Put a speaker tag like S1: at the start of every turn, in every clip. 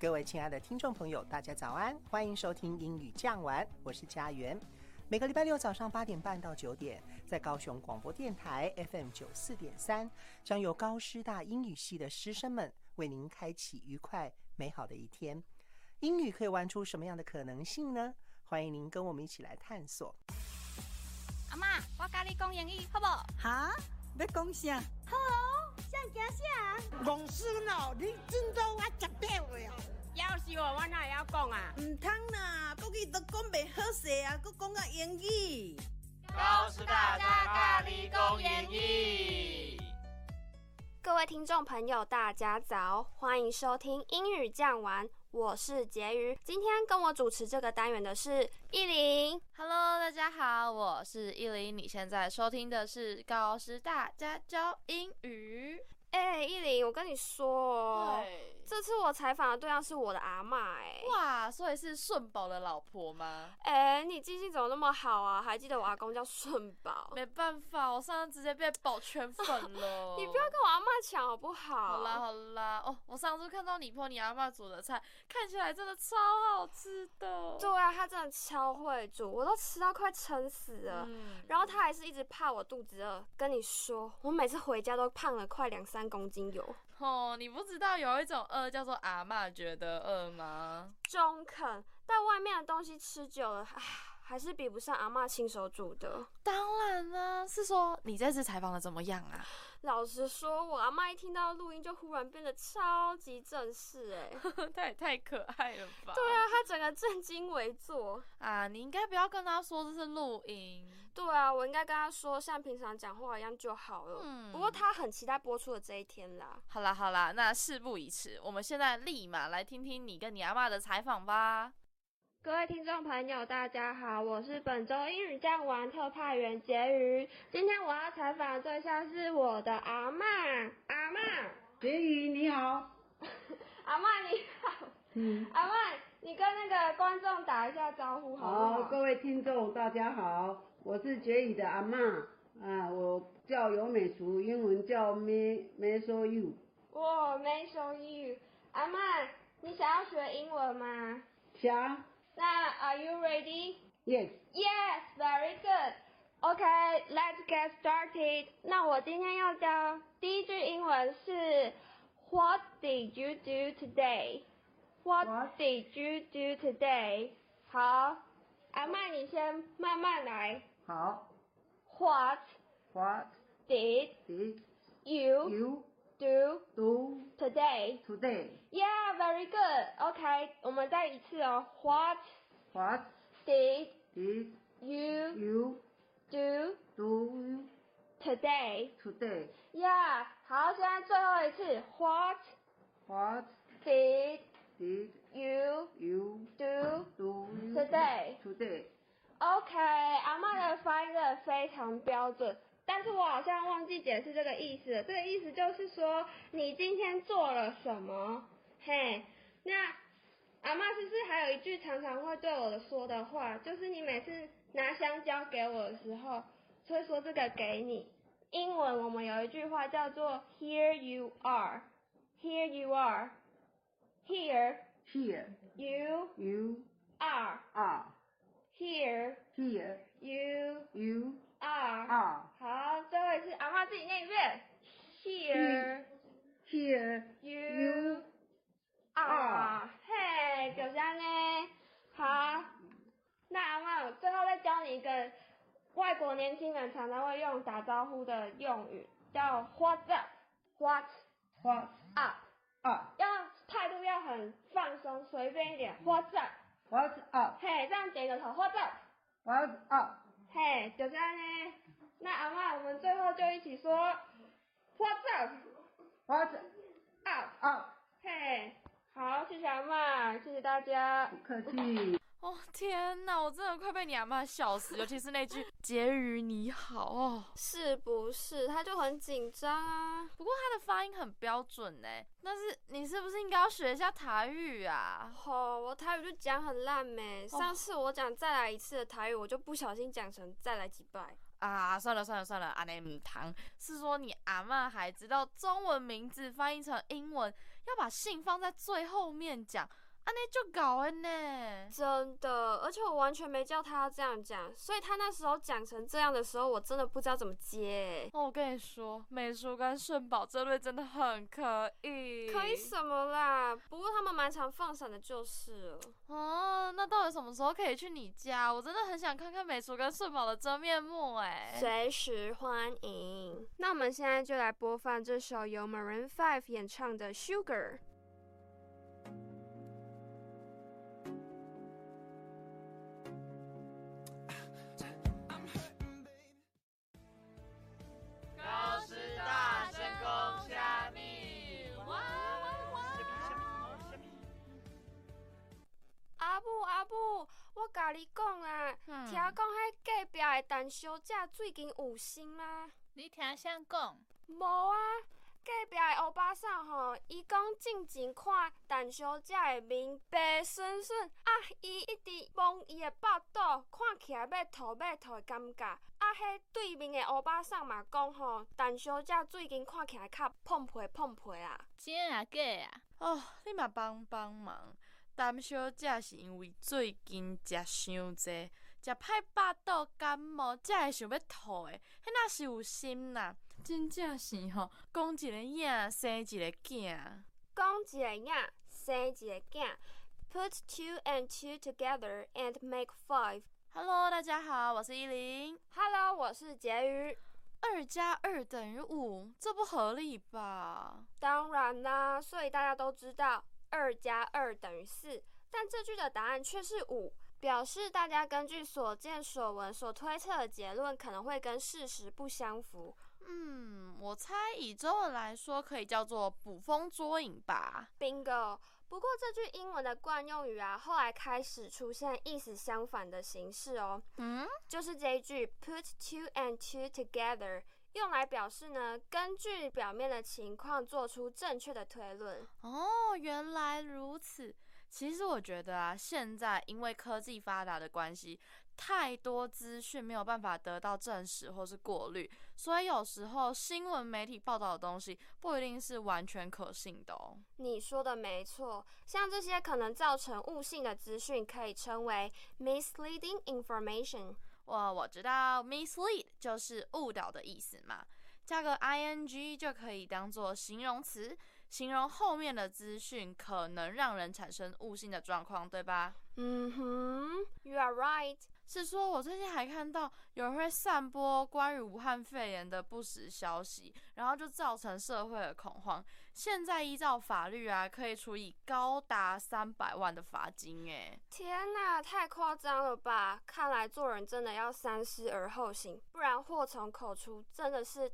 S1: 各位亲爱的听众朋友，大家早安，欢迎收听英语酱玩，我是佳媛。每个礼拜六早上八点半到九点，在高雄广播电台 FM 九四点三，将由高师大英语系的师生们为您开启愉快美好的一天。英语可以玩出什么样的可能性呢？欢迎您跟我们一起来探索。
S2: 阿妈，我教你讲英语，好不好？
S3: 哈，要讲啥？
S2: 想惊啥？
S3: 戆孙哦，你真到我十八岁哦。
S2: 要是我，我哪会晓讲啊？
S3: 唔通啦，国语都讲袂好势啊，搁讲到英语。
S2: 高师大家教你讲英
S4: 语。各位听众朋友，大家早，欢迎收听英语酱玩，我是婕妤。今天跟我主持这个单元的是依林。
S5: Hello，大家好，我是依林。你现在收听的是高师大家教英语。
S4: 哎、依林，我跟你说，哦
S5: 对，
S4: 这次我采访的对象是我的阿嬷。哎。
S5: 哇，所以是顺宝的老婆吗？
S4: 哎、你记性怎么那么好啊？还记得我阿公叫顺宝？。
S5: 没办法，我上次直接被宝圈粉了
S4: 你不要跟我阿妈抢好不好？
S5: 好啦好啦，哦，我上次看到你碰你阿妈煮的菜，看起来真的超好吃的。
S4: 对啊，他真的超会煮，我都吃到快撑死了。
S5: 嗯，
S4: 然后他还是一直怕我肚子饿。跟你说，我每次回家都胖了快两三公斤有。
S5: 哦，你不知道有一种饿叫做阿嬷觉得饿吗？
S4: 中肯，但外面的东西吃久了，唉，还是比不上阿嬷亲手煮的。
S5: 当然啦、是说你这次采访的怎么样啊？
S4: 老实说，我阿嬷一听到录音就忽然变得超级正式、欸，哎，
S5: 他也 太可爱了吧！
S4: 对啊，她整个正襟危坐。
S5: 啊，你应该不要跟他说这是录音。
S4: 对啊，我应该跟她说像平常讲话一样就好了。
S5: 嗯
S4: 不过她很期待播出的这一天啦。
S5: 好啦好啦，那事不宜迟，我们现在立马来听听你跟你阿妈的采访吧。
S4: 各位听众朋友，大家好，我是本周英语酱玩特派员婕妤。今天我要采访的对象是我的阿嬷，阿嬷，
S3: 婕妤你好，
S4: 阿嬷你好，
S3: 嗯，
S4: 阿嬷，你跟那个观众打一下招呼好不
S3: 好，
S4: 好？
S3: 各位听众大家好，我是婕妤的阿嬷啊，我叫尤美淑，英文叫 Me Me So You，
S4: 我没手语。阿嬷，你想要学英文吗？
S3: 霞
S4: 那 Are you ready?
S3: ，Yes，
S4: Yes, very good. Okay, let's get started. 那我今天要教第一句英文是 What did you do today? What
S3: What?
S4: did you do today? 好，阿嬷你先慢慢来。
S3: 好
S4: What
S3: ，What
S4: did
S3: did
S4: you
S3: you
S4: do
S3: do
S4: today?
S3: today?
S4: Yeah, very good. Okay，我们再一次哦。What
S3: What
S4: did
S3: did
S4: you
S3: you
S4: do
S3: do
S4: today?
S3: today?
S4: Yeah，好，现在最后一次。What
S3: What
S4: did
S3: did
S4: you
S3: you
S4: do
S3: do
S4: Today.
S3: Today.
S4: OK，阿嬷的发音真的非常标准，但是我好像忘记解释这个意思了。这个意思就是说，你今天做了什么？嘿，那阿嬷是不是还有一句常常会对我说的话，就是你每次拿香蕉给我的时候，就会说这个给你。英文我们有一句话叫做 “Here you are, here you are, here
S3: Here
S4: you
S3: you
S4: are,
S3: are.
S4: here
S3: Here
S4: you
S3: you
S4: are”。
S3: are.
S4: 好，最后一次，阿妈自己念一遍。Here
S3: Here
S4: you
S3: are
S4: are，嘿，就这样呢。好，那阿妈，我最后再教你一个外国年轻人常常会用打招呼的用语，叫 What's up？What's
S3: what
S4: up？
S3: up?
S4: 要态度要很放松，随便一点。What's up？
S3: What's up?
S4: 嘿，这样点个头。What's up？
S3: What's up?
S4: 嘿，就这样呢。那阿妈，我们最后就一起说 What's
S3: What's
S4: up？up。
S3: up?
S4: 嘿，好，谢谢阿妈，谢谢大家
S3: 不。客气。
S5: 哦天哪，我真的快被你阿妈笑死，尤其是那 句“婕妤你好”哦。
S6: 是不是？他就很紧张啊。
S5: 不过他的发音很标准呢，但是你是不是应该要学一下台语啊？
S6: 吼，我台语就讲很烂没。上次我讲再来一次的台语，我就不小心讲成再来几拜。
S5: 啊，算了算了算了，阿内姆堂是说你阿嬷还知道中文名字翻译成英文，要把姓放在最后面讲，阿内就搞恩呢。
S6: 真的，而且我完全没叫他这样讲，所以他那时候讲成这样的时候，我真的不知道怎么接。
S5: 哦，我跟你说，美术跟顺宝这对真的很可以，
S6: 可以什么啦？不过他们蛮常放闪的，就是了。
S5: 哦，那到底什么时候可以去你家？我真的很想看看美术跟顺宝的真面目哎。
S6: 随时欢迎。那我们现在就来播放这首由 Maroon Five 演唱的《Sugar》。
S5: 高师大深宫虾米，哇哇哇！
S6: 阿母阿母，我甲你讲啊，
S2: 嗯
S6: 听讲迄隔壁的陈小姐最近有新啊？
S2: 你听谁讲？
S6: 无啊，隔壁的欧巴桑吼，伊讲进前看陈小姐的面白顺顺，啊，伊一直摸伊的腹肚，看起来要吐要吐的感觉。啊，迄对面的欧巴桑嘛讲吼，陈小姐最近看起来较碰皮碰皮啦。
S2: 真啊假啊？
S5: 哦，你嘛帮帮忙。陈小姐是因为最近食伤济，食歹巴肚感冒，才会想要吐的，迄那是有心啦，真正是吼、讲一个影生一个囝。
S6: 讲一个影，生一个囝。Put two and two together and make five.
S5: Hello，大家好，我是依林。
S6: Hello，我是婕妤。
S5: 二加二等于五，这不合理吧？
S6: 当然啦，所以大家都知道二加二等于四，但这句的答案却是五，表示大家根据所见所闻所推测的结论可能会跟事实不相符。
S5: 嗯，我猜以中文来说，可以叫做捕风捉影吧。
S6: Bingo！不过这句英文的惯用语啊，后来开始出现意思相反的形式哦。
S5: 嗯，
S6: 就是这一句 “put two and two together” 用来表示呢，根据表面的情况做出正确的推论。
S5: 哦，原来如此。其实我觉得啊，现在因为科技发达的关系，太多资讯没有办法得到证实或是过滤，所以有时候新闻媒体报道的东西不一定是完全可信的哦。
S6: 你说的没错，像这些可能造成误信的资讯，可以称为 misleading information。
S5: 我我知道 mislead 就是误导的意思嘛，加个 ing 就可以当做形容词，形容后面的资讯可能让人产生误信的状况，对吧？
S6: 嗯哼，You are right。
S5: 是说，我最近还看到有人会散播关于武汉肺炎的不实消息，然后就造成社会的恐慌。现在依照法律啊，可以处以高达三百万的罚金，欸诶，
S6: 天哪，太夸张了吧！看来做人真的要三思而后行，不然祸从口出，真的是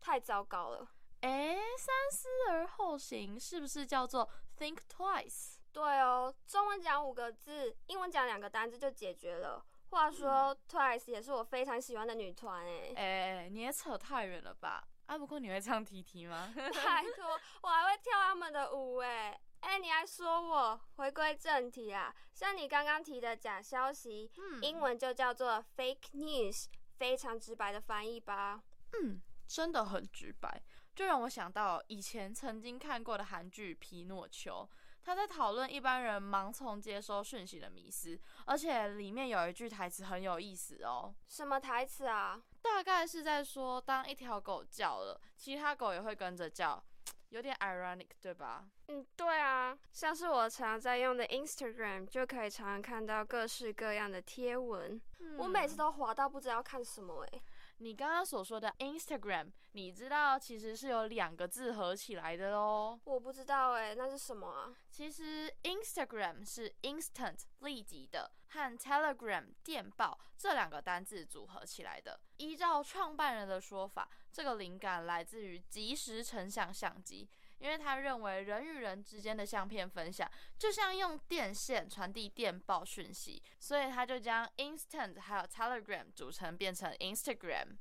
S6: 太糟糕了。
S5: 诶，三思而后行，是不是叫做 think twice？
S6: 对哦，中文讲五个字，英文讲两个单字就解决了。话说、t w i c e 也是我非常喜欢的女团哎、
S5: 哎、你也扯太远了吧？啊，不过你会唱 T T 吗？
S6: 拜托，我还会跳他们的舞哎、哎、你还说我回归正题啊？像你刚刚提的假消息，
S5: 嗯
S6: 英文就叫做 fake news，非常直白的翻译吧。
S5: 嗯，真的很直白，就让我想到以前曾经看过的韩剧《皮诺丘》，他在讨论一般人盲从接收讯息的迷思，而且里面有一句台词很有意思哦，
S6: 什么台词啊？
S5: 大概是在说，当一条狗叫了，其他狗也会跟着叫，有点 ironic 对吧？
S6: 嗯，对啊，像是我常在用的 Instagram 就可以常常看到各式各样的贴文，我每次
S5: 嗯
S6: 都滑到不知道看什么哎、
S5: 你刚刚所说的 Instagram，你知道其实是有两个字合起来的哦。
S6: 我不知道哎、那是什么啊？
S5: 其实 Instagram 是 instant 立即的，和 Telegram 电报这两个单字组合起来的。依照创办人的说法，这个灵感来自于即时成像相机，因为他认为人与人之间的相片分享就像用电线传递电报讯息，所以他就将 Instant 还有 Telegram 组成变成 Instagram。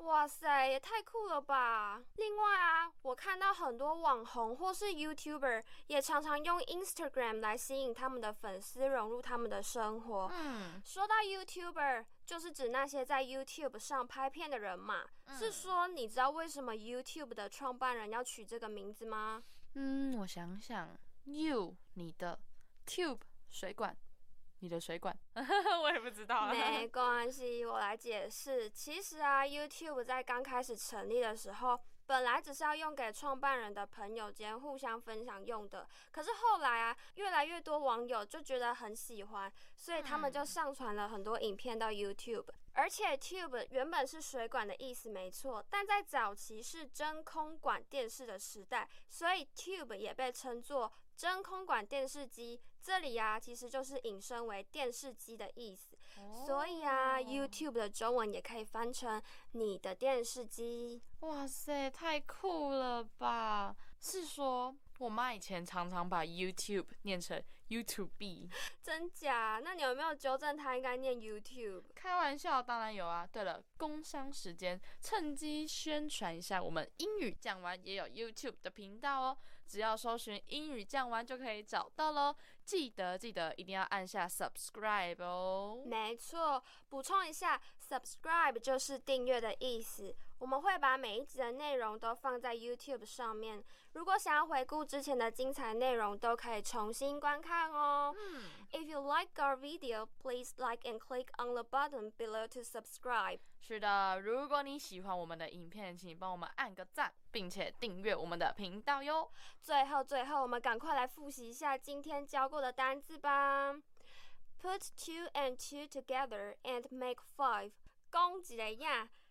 S6: 哇塞，也太酷了吧！另外啊，我看到很多网红或是 YouTuber 也常常用 Instagram 来吸引他们的粉丝融入他们的生活。
S5: 嗯，
S6: 说到 YouTuber，就是指那些在 YouTube 上拍片的人嘛。是说你知道为什么 YouTube 的创办人要取这个名字吗？
S5: 嗯，我想想，you 你的 tube 水管，你的水管， 我也不知道啊。
S6: 没关系，我来解释。其实啊，YouTube 在刚开始成立的时候，本来只是要用给创办人的朋友间互相分享用的。可是后来啊，越来越多网友就觉得很喜欢，所以他们就上传了很多影片到 YouTube。而且 Tube 原本是水管的意思没错，但在早期是真空管电视的时代，所以 Tube 也被称作真空管电视机。这里啊，其实就是引申为电视机的意思。所以啊
S5: 哦
S6: ，YouTube 的中文也可以翻成你的电视机。
S5: 哇塞，太酷了吧！是说我妈以前常常把 YouTube 念成 YouTube，
S6: 真假？那你有没有纠正它应该念 YouTube？
S5: 开玩笑，当然有啊。对了，工商时间，趁机宣传一下，我们英语讲完也有 YouTube 的频道哦，只要搜寻“英语讲完”就可以找到喽。记得记得，一定要按下 subscribe 哦。
S6: 没错，补充一下，subscribe 就是订阅的意思。我们会把每一集的内容都放在 YouTube 上面，如果想要回顾之前的精彩内容，都可以重新观看哦。If you like our video, please like and click on the button below to subscribe.
S5: 是的，如果你喜欢我们的影片，请帮我们按个赞，并且订阅我们的频道哟。
S6: 最后，最后，我们赶快来复习一下今天教过的单字吧。Put two and two together and make five。讲一个影，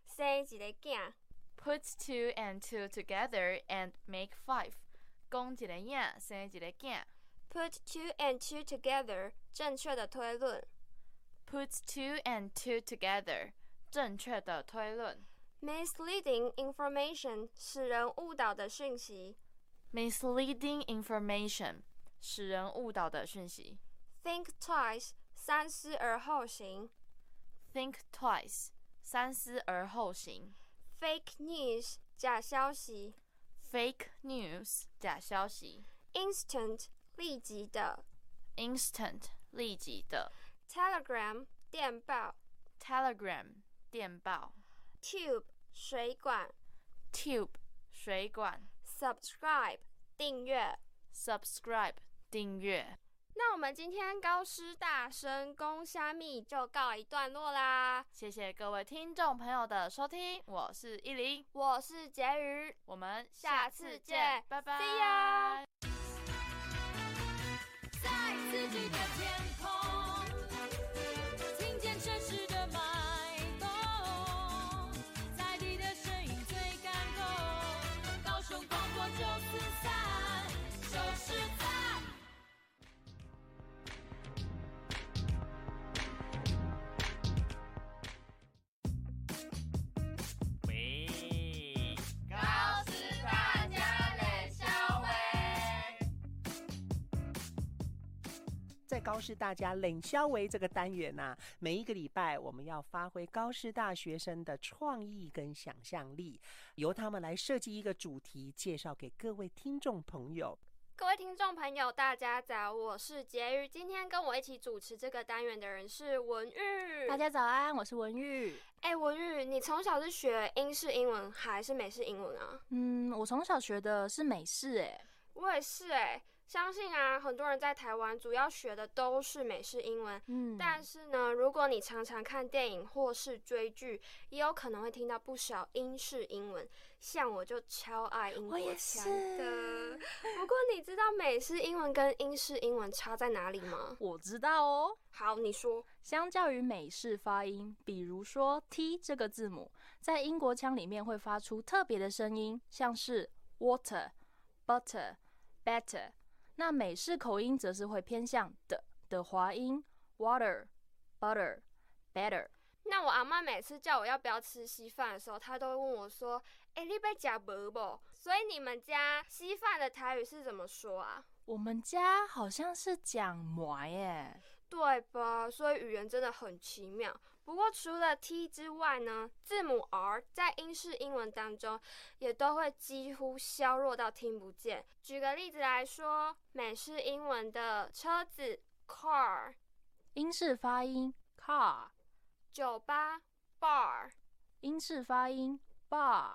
S6: 生一个囝。
S5: Put two and two together and make five。讲一个影，生一个囝。
S6: Put two and two together，正确的推论。
S5: Put two and two together。正确的推论。
S6: Misleading information，使人误导的讯息。
S5: Misleading information。使人误导的讯息。
S6: Think twice，三思而后行。
S5: Think twice。三思而后行。
S6: Fake news，假消息。
S5: Fake news。假消息。
S6: Instant，立即的。
S5: Instant。立即的。
S6: Telegram，电报。
S5: Telegram。电报。
S6: Tube，水管。
S5: Tube。水管。
S6: subscribe 订阅。
S5: Subscribe。订阅。
S6: 那我们今天高师大声公虾米就告一段落啦。
S5: 谢谢各位听众朋友的收听，我是依林。
S6: 我是婕妤，
S5: 我们
S6: 下
S5: 下
S6: 次
S5: 次
S6: 见
S5: 见，拜拜
S6: See ya
S7: 在刺激的天空，听见城市的脉动，在地的声音最感动。高雄广播九四三，就是赞。
S8: 喂，高
S7: 师大家冷笑
S8: 喂。
S1: 在高师大家冷消维这个单元呐、啊每一个礼拜我们要发挥高师大学生的创意跟想象力，由他们来设计一个主题，介绍给各位听众朋友。
S6: 各位听众朋友，大家早，我是婕妤。今天跟我一起主持这个单元的人是文玉。
S2: 大，家早安，我是文玉。
S6: 哎、文玉，你从小是学英式英文还是美式英文啊？
S2: 嗯，我从小学的是美式，哎，
S6: 我也是哎、相信啊，很多人在台湾主要学的都是美式英文，
S2: 嗯，
S6: 但是呢，如果你常常看电影或是追剧，也有可能会听到不少英式英文。像我就超爱英
S2: 我
S6: 国
S2: 也
S6: 腔的。不过你知道美式英文跟英式英文差在哪里吗？
S2: 我知道哦。
S6: 好，你说。
S2: 相较于美式发音，比如说 t 这个字母，在英国腔里面会发出特别的声音，像是 water、butter、better。那美式口音则是会偏向的的滑音，water、butter、better。
S6: 那我阿妈每次叫我要不要吃稀饭的时候，她都会问我说：“哎、你被夹不不？”所以你们家稀饭的台语是怎么说啊？
S2: 我们家好像是讲欸馍耶，
S6: 对吧？所以语言真的很奇妙。不过除了 T 之外呢，字母 R 在英式英文当中也都会几乎削弱到听不见。举个例子来说，美式英文的车子 car、
S2: 英式发音 car，
S6: 酒吧 bar、
S2: 英式发音 bar，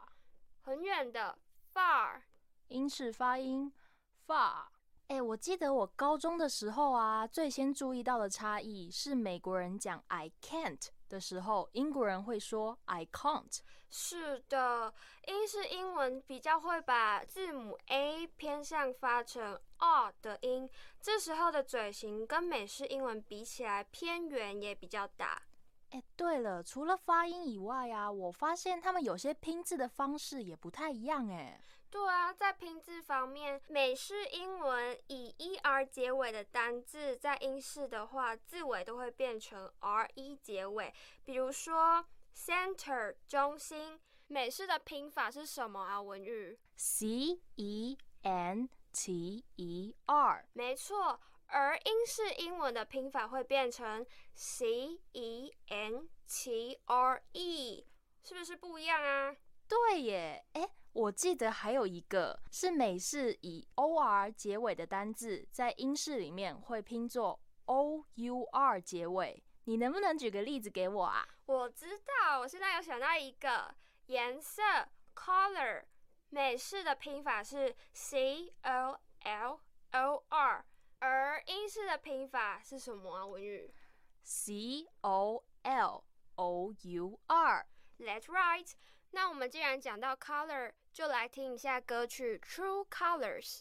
S6: 很远的 far。
S2: 英式发音 far。哎，我记得我高中的时候啊，最先注意到的差异是美国人讲 I can't 的时候，英国人会说 I can't。
S6: 是的，英式英文比较会把字母 a 偏向发成 r 的音，这时候的嘴型跟美式英文比起来偏圆也比较大。
S2: 哎，对了，除了发音以外啊，我发现他们有些拼字的方式也不太一样哎。
S6: 对啊，在拼字方面，美式英文以 e r 结尾的单字，在英式的话，字尾都会变成 r e 结尾。比如说 center 中心，美式的拼法是什么啊？文玉？
S2: C E N T E R。
S6: 没错，而英式英文的拼法会变成 c e n t r e，是不是不一样啊？
S2: 对耶，哎，我记得还有一个是美式以 o r 结尾的单字，在英式里面会拼作 o u r 结尾。你能不能举个例子给我啊？
S6: 我知道，我现在有想到一个颜色 （color），美式的拼法是 C O L O R，而英式的拼法是什么啊？文宇
S2: C O L O U R。
S6: ？That's right。那我们既然讲到 color，就来听一下歌曲《True Colors》。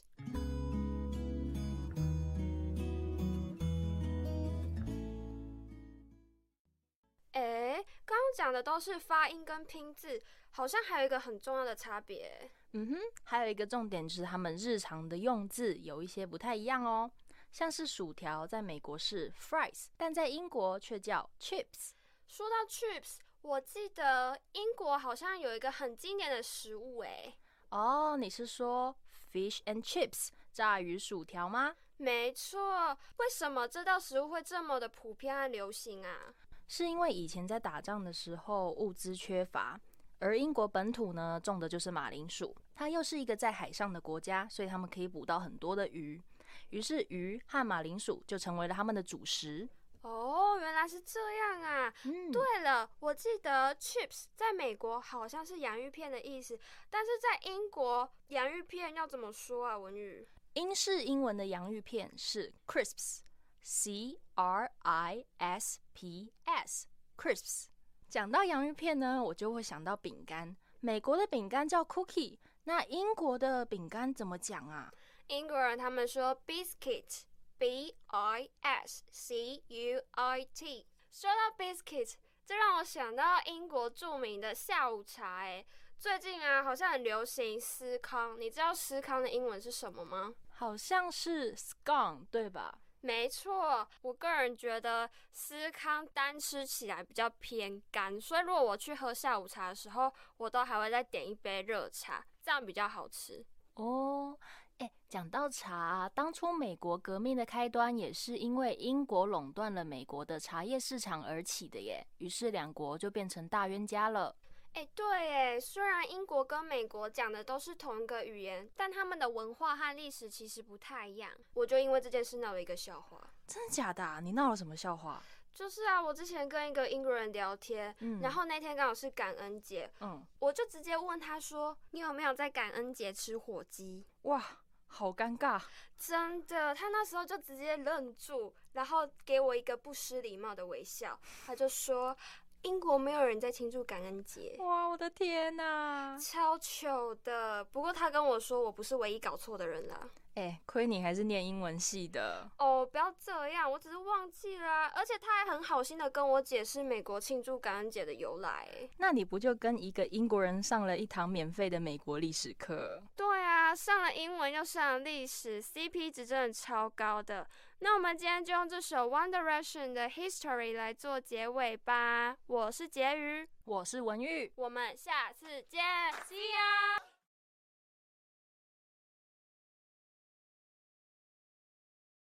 S6: 诶，刚刚讲的都是发音跟拼字，好像还有一个很重要的差别。
S2: 嗯哼，还有一个重点就是他们日常的用字有一些不太一样哦，像是薯条在美国是 fries，但在英国却叫 chips。
S6: 说到 chips，我记得英国好像有一个很经典的食物、诶，
S2: 哦，你是说 fish and chips 炸鱼薯条吗？
S6: 没错。为什么这道食物会这么的普遍和流行啊？
S2: 是因为以前在打仗的时候物资缺乏，而英国本土呢种的就是马铃薯，它又是一个在海上的国家，所以他们可以捕到很多的鱼，于是鱼和马铃薯就成为了他们的主食。
S6: 哦，原来是这样啊！
S2: 嗯，
S6: 对了，我记得 chips 在美国好像是洋芋片的意思，但是在英国洋芋片要怎么说啊？文宇
S2: 英式英文的洋芋片是 crisps，c r i s p s crisps。讲到洋芋片呢，我就会想到饼干。美国的饼干叫 cookie，那英国的饼干怎么讲啊？
S6: 英国人他们说 biscuit b i s c u i t。说到 biscuit，这让我想到英国著名的下午茶。哎，最近啊，好像很流行司康。你知道司康的英文是什么吗？
S2: 好像是 scone 对吧？
S6: 没错，我个人觉得司康单吃起来比较偏干，所以如果我去喝下午茶的时候，我都还会再点一杯热茶，这样比较好吃。
S2: 哦，哎，讲到茶啊，当初美国革命的开端也是因为英国垄断了美国的茶叶市场而起的耶，于是两国就变成大冤家了。
S6: 哎，对，哎，虽然英国跟美国讲的都是同一个语言，但他们的文化和历史其实不太一样。我就因为这件事闹了一个笑话，
S2: 真的假的啊、你闹了什么笑话？
S6: 就是啊，我之前跟一个英国人聊天，
S2: 嗯
S6: 然后那天刚好是感恩节，
S2: 嗯，
S6: 我就直接问他说：“你有没有在感恩节吃火鸡
S2: 哇，好尴尬。？”
S6: 真的，他那时候就直接愣住，然后给我一个不失礼貌的微笑，他就说：“英国没有人在庆祝感恩节。”
S2: 哇，我的天哪、
S6: 超糗的，不过他跟我说我不是唯一搞错的人啦。
S2: 哎、亏你还是念英文系的。
S6: 哦，不要这样，我只是忘记啦、而且他还很好心的跟我解释美国庆祝感恩节的由来。
S2: 那你不就跟一个英国人上了一堂免费的美国历史课？
S6: 对啊，啊，上了英文又上了历史，CP 值真的超高的。那我们今天就用这首 One Direction 的 History 来做结尾吧。我是婕妤，
S2: 我是文玉。
S6: 我们下次见，See you。